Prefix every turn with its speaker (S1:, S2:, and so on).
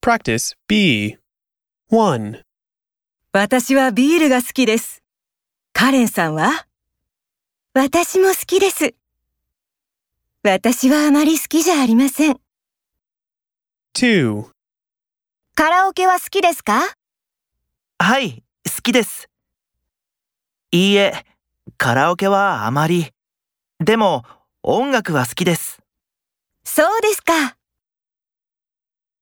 S1: Practice B. 1.
S2: 私はビールが好きです。カレンさんは私も好きです。私はあまり好きじゃありません。
S1: 2.
S2: カラオケは好きですか
S3: はい、好きです。いいえ、カラオケはあまり。でも、音楽は好きです。
S2: そうですか。